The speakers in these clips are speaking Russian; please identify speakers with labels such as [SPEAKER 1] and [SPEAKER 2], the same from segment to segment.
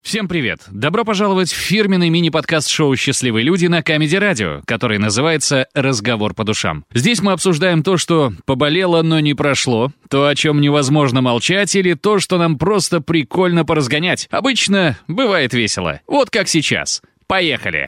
[SPEAKER 1] Всем привет! Добро пожаловать в фирменный мини-подкаст шоу «Счастливые люди» на Камеди Радио, который называется «Разговор по душам». Здесь мы обсуждаем то, что поболело, но не прошло, то, о чем невозможно молчать, или то, что нам просто прикольно поразгонять. Обычно бывает весело. Вот как сейчас. Поехали!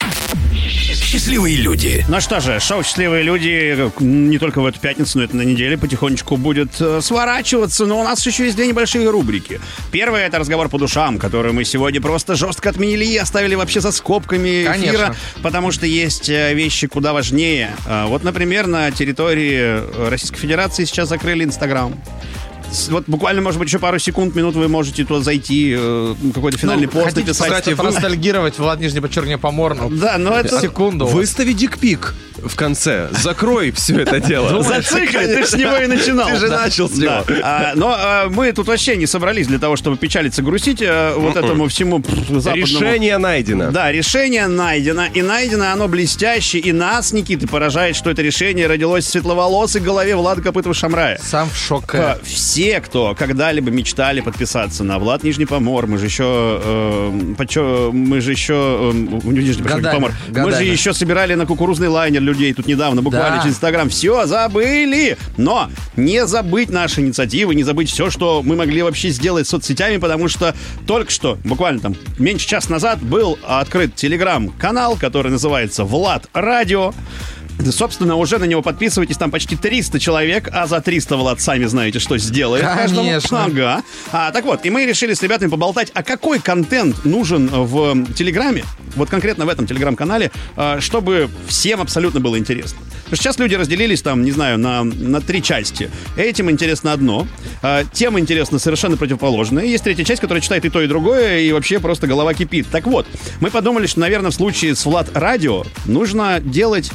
[SPEAKER 2] Счастливые люди.
[SPEAKER 3] Ну что же, шоу «Счастливые люди» не только в эту пятницу, но это на неделе потихонечку будет э, сворачиваться, но у нас еще есть две небольшие рубрики. Первая — это разговор по душам, который мы сегодня просто жестко отменили и оставили вообще за скобками эфира,
[SPEAKER 4] Конечно.
[SPEAKER 3] потому что есть э, вещи куда важнее. Э, Вот, например, на территории э, Российской Федерации сейчас закрыли Инстаграм. С- Вот буквально, может быть, еще пару секунд, минут вы можете туда зайти, э, какой-то финальный пост
[SPEAKER 4] Ну, Хотите,
[SPEAKER 3] написать.
[SPEAKER 4] кстати, проностальгировать, Влад, нижнее подчеркивание, по Морну?
[SPEAKER 3] Да, но это...
[SPEAKER 4] Секунду.
[SPEAKER 5] Выстави дикпик в конце. Закрой все это дело.
[SPEAKER 3] Зацикли, ты ж с него и начинал.
[SPEAKER 5] Ты же начал с него.
[SPEAKER 3] Да. А, но а, мы тут вообще не собрались для того, чтобы печалиться, грустить а, вот этому всему пф, западному.
[SPEAKER 5] Решение найдено.
[SPEAKER 3] Да, решение найдено, и найдено оно блестяще, и нас, Никита, поражает, что это решение родилось в светловолосой голове Влада Копытова-Шамрая.
[SPEAKER 4] Сам в э, шоке.
[SPEAKER 3] А, Все, кто когда-либо мечтали подписаться на Влад Нижний Помор, мы же еще, э, почё- мы же еще э, в Нижний почему
[SPEAKER 4] Годами,
[SPEAKER 3] Помор, мы же
[SPEAKER 4] годами.
[SPEAKER 3] еще собирали на кукурузный лайнер людей тут недавно, буквально
[SPEAKER 4] Да.
[SPEAKER 3] через Инстаграм. Все забыли, но не забыть наши инициативы, не забыть все, что мы могли вообще сделать с соцсетями, потому что только что, буквально там меньше час назад был открыт телеграм-канал, который называется Влад Радио. Собственно, уже на него подписывайтесь, там почти 300 человек, а за 300 Влад сами знаете, что сделает. каждому.
[SPEAKER 4] Конечно.
[SPEAKER 3] Ага. А, так вот, и мы решили с ребятами поболтать, а какой контент нужен в м, Телеграме, вот конкретно в этом Телеграм-канале, а, чтобы всем абсолютно было интересно. Потому что сейчас люди разделились там, не знаю, на, на три части. Этим интересно одно, а, тем интересно совершенно противоположное. Есть третья часть, которая читает и то, и другое, и вообще просто голова кипит. Так вот, мы подумали, что, наверное, в случае с Влад Радио нужно делать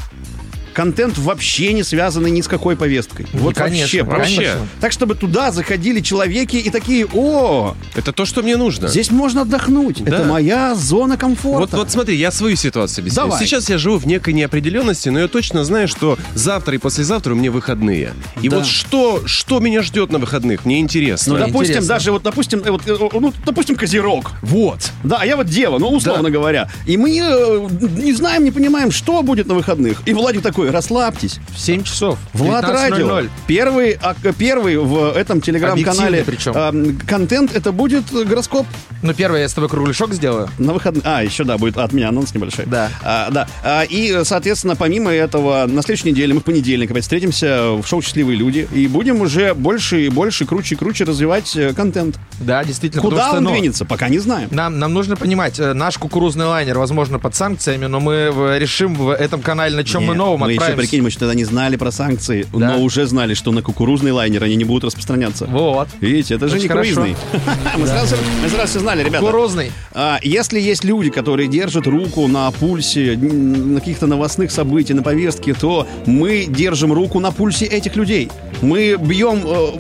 [SPEAKER 3] контент вообще не связанный ни с какой повесткой. Вот вообще,
[SPEAKER 4] конечно,
[SPEAKER 3] просто.
[SPEAKER 4] конечно.
[SPEAKER 3] Так, чтобы туда заходили человеки и такие, о,
[SPEAKER 5] Это то, что мне нужно.
[SPEAKER 3] здесь можно отдохнуть. Это моя зона
[SPEAKER 5] Вот,
[SPEAKER 3] комфорта.
[SPEAKER 5] вот смотри, я свою ситуацию объясню.
[SPEAKER 3] Давай.
[SPEAKER 5] Сейчас я живу в некой неопределенности, но я точно знаю, что завтра и послезавтра у меня выходные. И
[SPEAKER 3] Да.
[SPEAKER 5] вот что, что меня ждет на выходных, мне интересно.
[SPEAKER 3] Ну,
[SPEAKER 4] Да,
[SPEAKER 3] допустим,
[SPEAKER 4] интересно.
[SPEAKER 3] даже вот, допустим, э, вот, э, ну, допустим, козерог.
[SPEAKER 5] Вот.
[SPEAKER 3] Да, а я вот дева, ну, условно говоря. И мы э, не знаем, не понимаем, что будет на выходных. И Владик такой, расслабьтесь.
[SPEAKER 4] В 7 часов.
[SPEAKER 3] Влад
[SPEAKER 4] 19:00.
[SPEAKER 3] Радио. Первый, а, к- первый в этом телеграм-канале
[SPEAKER 4] Объективный причем.
[SPEAKER 3] эм, контент это будет э, гороскоп
[SPEAKER 4] Ну, первое, я с тобой кругляшок сделаю.
[SPEAKER 3] На выходные. А, еще, да, будет от меня анонс небольшой.
[SPEAKER 4] Да.
[SPEAKER 3] А, да. А, и, соответственно, помимо этого, на следующей неделе мы в понедельник опять встретимся в шоу «Счастливые люди» и будем уже больше и больше, круче и круче развивать э, контент.
[SPEAKER 4] Да, действительно.
[SPEAKER 3] Куда
[SPEAKER 4] потому что,
[SPEAKER 3] он
[SPEAKER 4] ну,
[SPEAKER 3] двинется, пока не знаем.
[SPEAKER 4] Нам, нам нужно понимать, э, наш кукурузный лайнер, возможно, под санкциями, но мы в- решим в этом канале, на чем мы
[SPEAKER 3] Нет,
[SPEAKER 4] новом
[SPEAKER 3] мы еще,
[SPEAKER 4] отправимся.
[SPEAKER 3] прикинь, мы еще тогда не знали про санкции,
[SPEAKER 4] Да.
[SPEAKER 3] но уже знали, что на кукурузный лайнер они не будут распространяться.
[SPEAKER 4] Вот.
[SPEAKER 3] Видите, это же
[SPEAKER 4] Очень
[SPEAKER 3] не
[SPEAKER 4] хорошо.
[SPEAKER 3] круизный. Мы сразу мы сразу все знали, ребята.
[SPEAKER 4] Кукурузный.
[SPEAKER 3] А, Если есть люди, которые держат руку на пульсе м, на каких-то новостных событий, на повестке, то мы держим руку на пульсе этих людей. Мы бьем, э,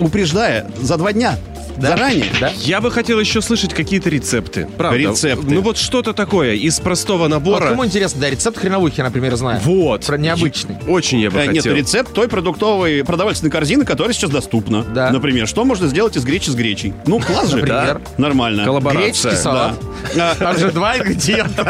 [SPEAKER 3] упреждая, за два дня, заранее.
[SPEAKER 4] Да.
[SPEAKER 5] Я бы хотел еще слышать какие-то рецепты. Правда.
[SPEAKER 3] Рецепты.
[SPEAKER 5] Ну вот что-то такое из простого набора.
[SPEAKER 4] Вот А кому интересно, да, рецепт хреновухи, например, знаю.
[SPEAKER 5] Вот.
[SPEAKER 4] Про необычный.
[SPEAKER 5] Очень я бы
[SPEAKER 3] Э, Нет,
[SPEAKER 5] хотел.
[SPEAKER 3] рецепт той продуктовой продовольственной корзины, которая сейчас доступна.
[SPEAKER 4] Да.
[SPEAKER 3] Например, что можно сделать из гречи с гречей? Ну, класс же.
[SPEAKER 4] Например?
[SPEAKER 3] Нормально.
[SPEAKER 5] Коллаборация.
[SPEAKER 4] Греческий салат.
[SPEAKER 3] Да. А,
[SPEAKER 4] Там же два ингредиента.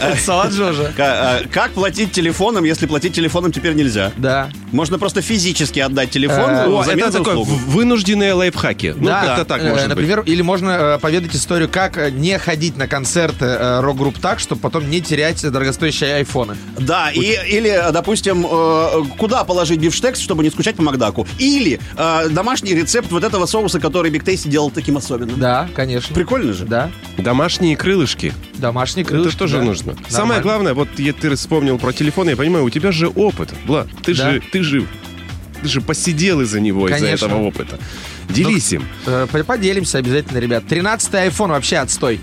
[SPEAKER 4] Это Салат Жожа.
[SPEAKER 3] к- а, Как платить телефоном, если платить телефоном теперь нельзя?
[SPEAKER 4] Да.
[SPEAKER 3] Можно просто физически отдать телефон
[SPEAKER 4] Э,
[SPEAKER 5] О,
[SPEAKER 3] взамен
[SPEAKER 5] это
[SPEAKER 3] за
[SPEAKER 5] такое
[SPEAKER 3] услугу.
[SPEAKER 5] в- вынужденные лайфхаки. Ну,
[SPEAKER 4] Да.
[SPEAKER 5] как-то так
[SPEAKER 4] Э,
[SPEAKER 5] может
[SPEAKER 4] Например, или можно э, поведать историю, как э, не ходить на концерты э, рок-групп так, чтобы потом не терять э, дорогостоящие айфоны.
[SPEAKER 3] Да, и, или, допустим, э, куда положить бифштекс, чтобы не скучать по Макдаку. Или э, домашний рецепт вот этого соуса, который Биг Тейсти делал таким особенным.
[SPEAKER 4] Да, конечно.
[SPEAKER 3] Прикольно же.
[SPEAKER 4] Да.
[SPEAKER 5] быть. Домашние крылышки.
[SPEAKER 4] Домашний крылышки.
[SPEAKER 5] это тоже
[SPEAKER 4] да.
[SPEAKER 5] нужно. Самое
[SPEAKER 4] Нормально.
[SPEAKER 5] главное, вот я, ты вспомнил про телефон, я понимаю, у тебя же опыт, Бла. Ты
[SPEAKER 4] Да.
[SPEAKER 5] же, ты же, ты же посидел из-за него, из-за
[SPEAKER 4] Конечно.
[SPEAKER 5] этого опыта. Делись им.
[SPEAKER 4] Э, по- Поделимся обязательно, ребят. 13-й айфон вообще отстой.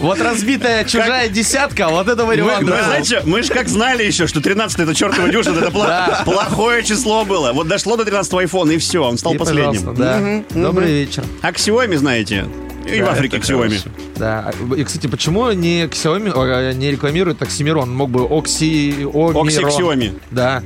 [SPEAKER 4] Вот разбитая чужая десятка, вот это
[SPEAKER 3] Мы,
[SPEAKER 4] вариант.
[SPEAKER 3] Ну, знаете, мы же как знали еще, что 13 это чертова дюжина, это пла- плохое число было. Вот дошло до 13 айфона, и все, он стал
[SPEAKER 4] И,
[SPEAKER 3] последним.
[SPEAKER 4] пожалуйста, да.
[SPEAKER 3] Мгм, мгм.
[SPEAKER 4] Добрый вечер.
[SPEAKER 3] А Xiaomi, знаете, и в Африке Xiaomi.
[SPEAKER 4] Да. И, кстати, почему не Xiaomi, э, не рекламирует Оксимирон? Мог бы Окси... Омирон.
[SPEAKER 3] Окси Xiaomi.
[SPEAKER 4] Да.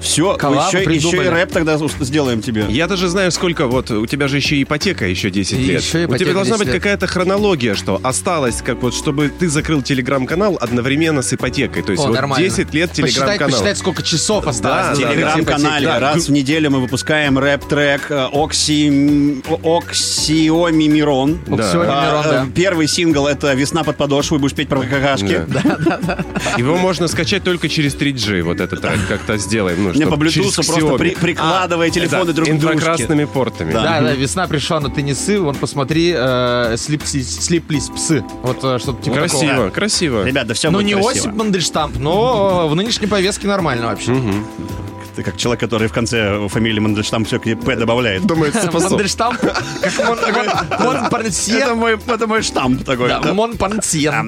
[SPEAKER 3] Все,
[SPEAKER 4] Коллаб
[SPEAKER 3] еще, еще и
[SPEAKER 4] придумали.
[SPEAKER 3] рэп тогда уж сделаем тебе.
[SPEAKER 5] Я даже знаю, сколько вот у тебя же еще и ипотека еще 10
[SPEAKER 4] И
[SPEAKER 5] лет.
[SPEAKER 4] еще
[SPEAKER 5] у тебя
[SPEAKER 4] ипотека
[SPEAKER 5] должна
[SPEAKER 4] 10
[SPEAKER 5] быть
[SPEAKER 4] лет.
[SPEAKER 5] какая-то хронология, что осталось, как вот, чтобы ты закрыл телеграм-канал одновременно с ипотекой. То есть
[SPEAKER 4] О,
[SPEAKER 5] вот
[SPEAKER 4] нормально.
[SPEAKER 5] 10 лет
[SPEAKER 4] Посчитать,
[SPEAKER 5] телеграм-канал.
[SPEAKER 4] посчитать, сколько часов
[SPEAKER 5] да,
[SPEAKER 4] осталось.
[SPEAKER 5] да.
[SPEAKER 3] телеграм-канале.
[SPEAKER 5] да.
[SPEAKER 3] Раз в неделю мы выпускаем рэп-трек э, Окси... Оксиомимирон.
[SPEAKER 5] Да.
[SPEAKER 4] Все, Мирон,
[SPEAKER 3] А, э,
[SPEAKER 4] да.
[SPEAKER 3] Первый сингл это «Весна под подошву» и будешь петь про какашки.
[SPEAKER 5] Да. Его можно скачать только через 3G, вот этот трек. Как-то сделаем. Ну,
[SPEAKER 3] Мне
[SPEAKER 5] чтоб
[SPEAKER 3] по
[SPEAKER 5] через
[SPEAKER 3] Bluetooth просто
[SPEAKER 5] Xiaomi.
[SPEAKER 3] при- прикладывая телефоны
[SPEAKER 5] Да,
[SPEAKER 3] друг к дружке.
[SPEAKER 5] инфракрасными портами.
[SPEAKER 3] Да.
[SPEAKER 4] Да, да, весна пришла на теннисы, вон посмотри, э, слиплись, слиплись псы. Вот э, что-то типа
[SPEAKER 5] Красиво,
[SPEAKER 4] такого.
[SPEAKER 5] красиво.
[SPEAKER 3] Ребят, да все
[SPEAKER 4] Ну
[SPEAKER 3] будет
[SPEAKER 4] не
[SPEAKER 3] красиво.
[SPEAKER 4] Осип Мандельштамп, но э, в нынешней повестке нормально вообще.
[SPEAKER 3] Ты как человек, который в конце фамилии Мандельштам все к ней «П» добавляет.
[SPEAKER 5] Думает, способ.
[SPEAKER 4] Мандельштамп, как Мон- Мон- Монпансье.
[SPEAKER 3] Это мой, это мой штамп такой.
[SPEAKER 4] Да,
[SPEAKER 3] Да.
[SPEAKER 4] Монпансье.